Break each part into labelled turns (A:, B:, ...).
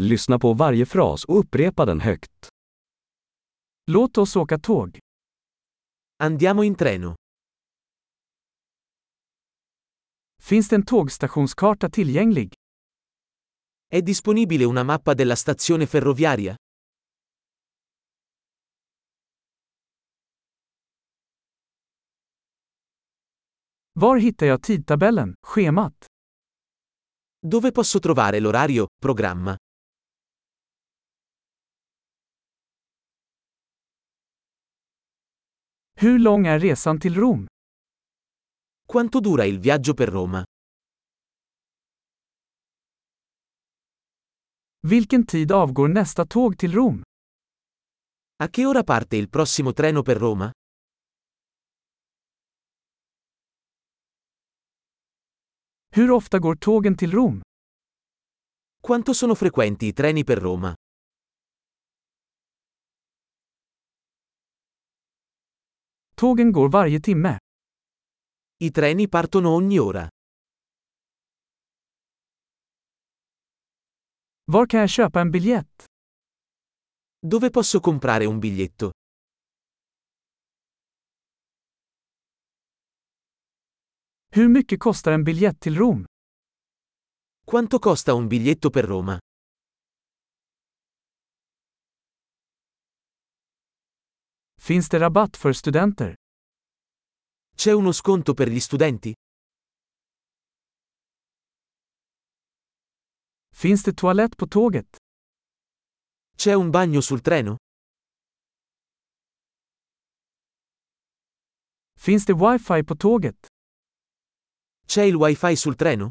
A: Lyssna på varje fras och upprepa den högt. Låt oss åka tåg.
B: Andiamo in treno.
A: Finns det en tågstationskarta tillgänglig?
B: È disponibile una mappa della stazione ferroviaria?
A: Var hittar jag tidtabellen, schemat?
B: Dove posso trovare l'orario, programma?
A: Hur lång är resan till Rom?
B: Quanto dura il viaggio per Roma?
A: Vilken tid avgår nästa tåg till Rom?
B: A che ora parte il prossimo treno per Roma?
A: Hur ofta går tågen till Rom?
B: Quanto sono frequenti i treni per Roma?
A: Tågen går varje timme.
B: I treni partono ogni ora.
A: Var kan jag köpa en biljett?
B: Dove posso comprare un biglietto?
A: Hur mycket kostar en biljett till Rom?
B: Quanto costa un biglietto per Roma?
A: Finns det rabatt för studenter?
B: C'è uno sconto per gli studenti?
A: Finns det toalett på tåget?
B: C'è un bagno sul treno?
A: Finns det wifi på tåget?
B: C'è il wifi sul treno?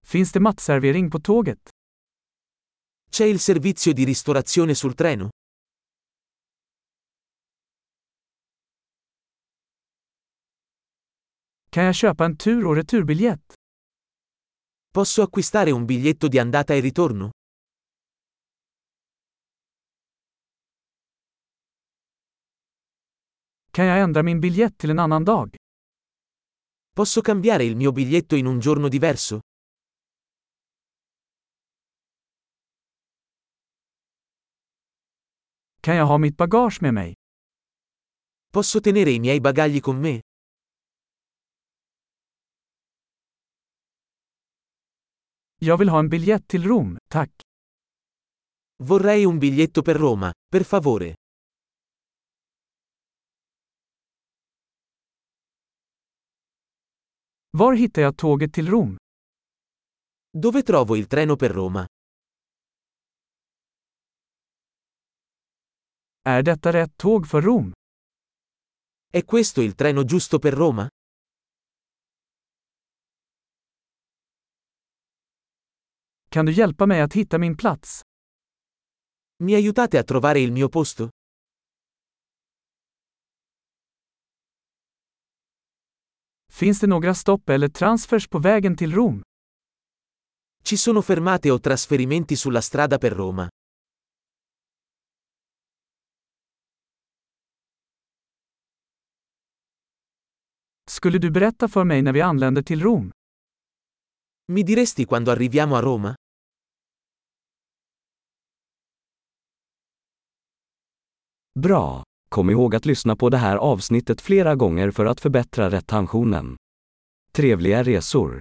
A: Finns det matservering på tåget?
B: C'è il servizio di ristorazione sul treno?
A: Kan jag köpa en tur och returbiljett?
B: Posso acquistare un biglietto di andata e ritorno?
A: Kan jag ändra min biljett till en annan dag?
B: Posso cambiare il mio biglietto in un giorno diverso?
A: Kan jag ha mitt bagage med mig?
B: Posso tenere i miei bagagli con me?
A: Jag vill ha en biljett till Rom, tack.
B: Vorrei un biglietto per Roma, per favore.
A: Var hittar jag tåget till Rom?
B: Dove trovo il treno per Roma?
A: Är detta rätt tåg för Rom?
B: È questo il treno giusto per Roma?
A: Kan du hjälpa mig att hitta min plats?
B: Mi aiutate a trovare il mio posto?
A: Finns det några stopp eller transfers på vägen till Rom?
B: Ci sono fermate o trasferimenti sulla strada per Roma?
A: Skulle du berätta för mig när vi anländer till Rom?
B: Mi diresti quando arriviamo a Roma?
A: Bra! Kom ihåg att lyssna på det här avsnittet flera gånger för att förbättra retentionen. Trevliga resor!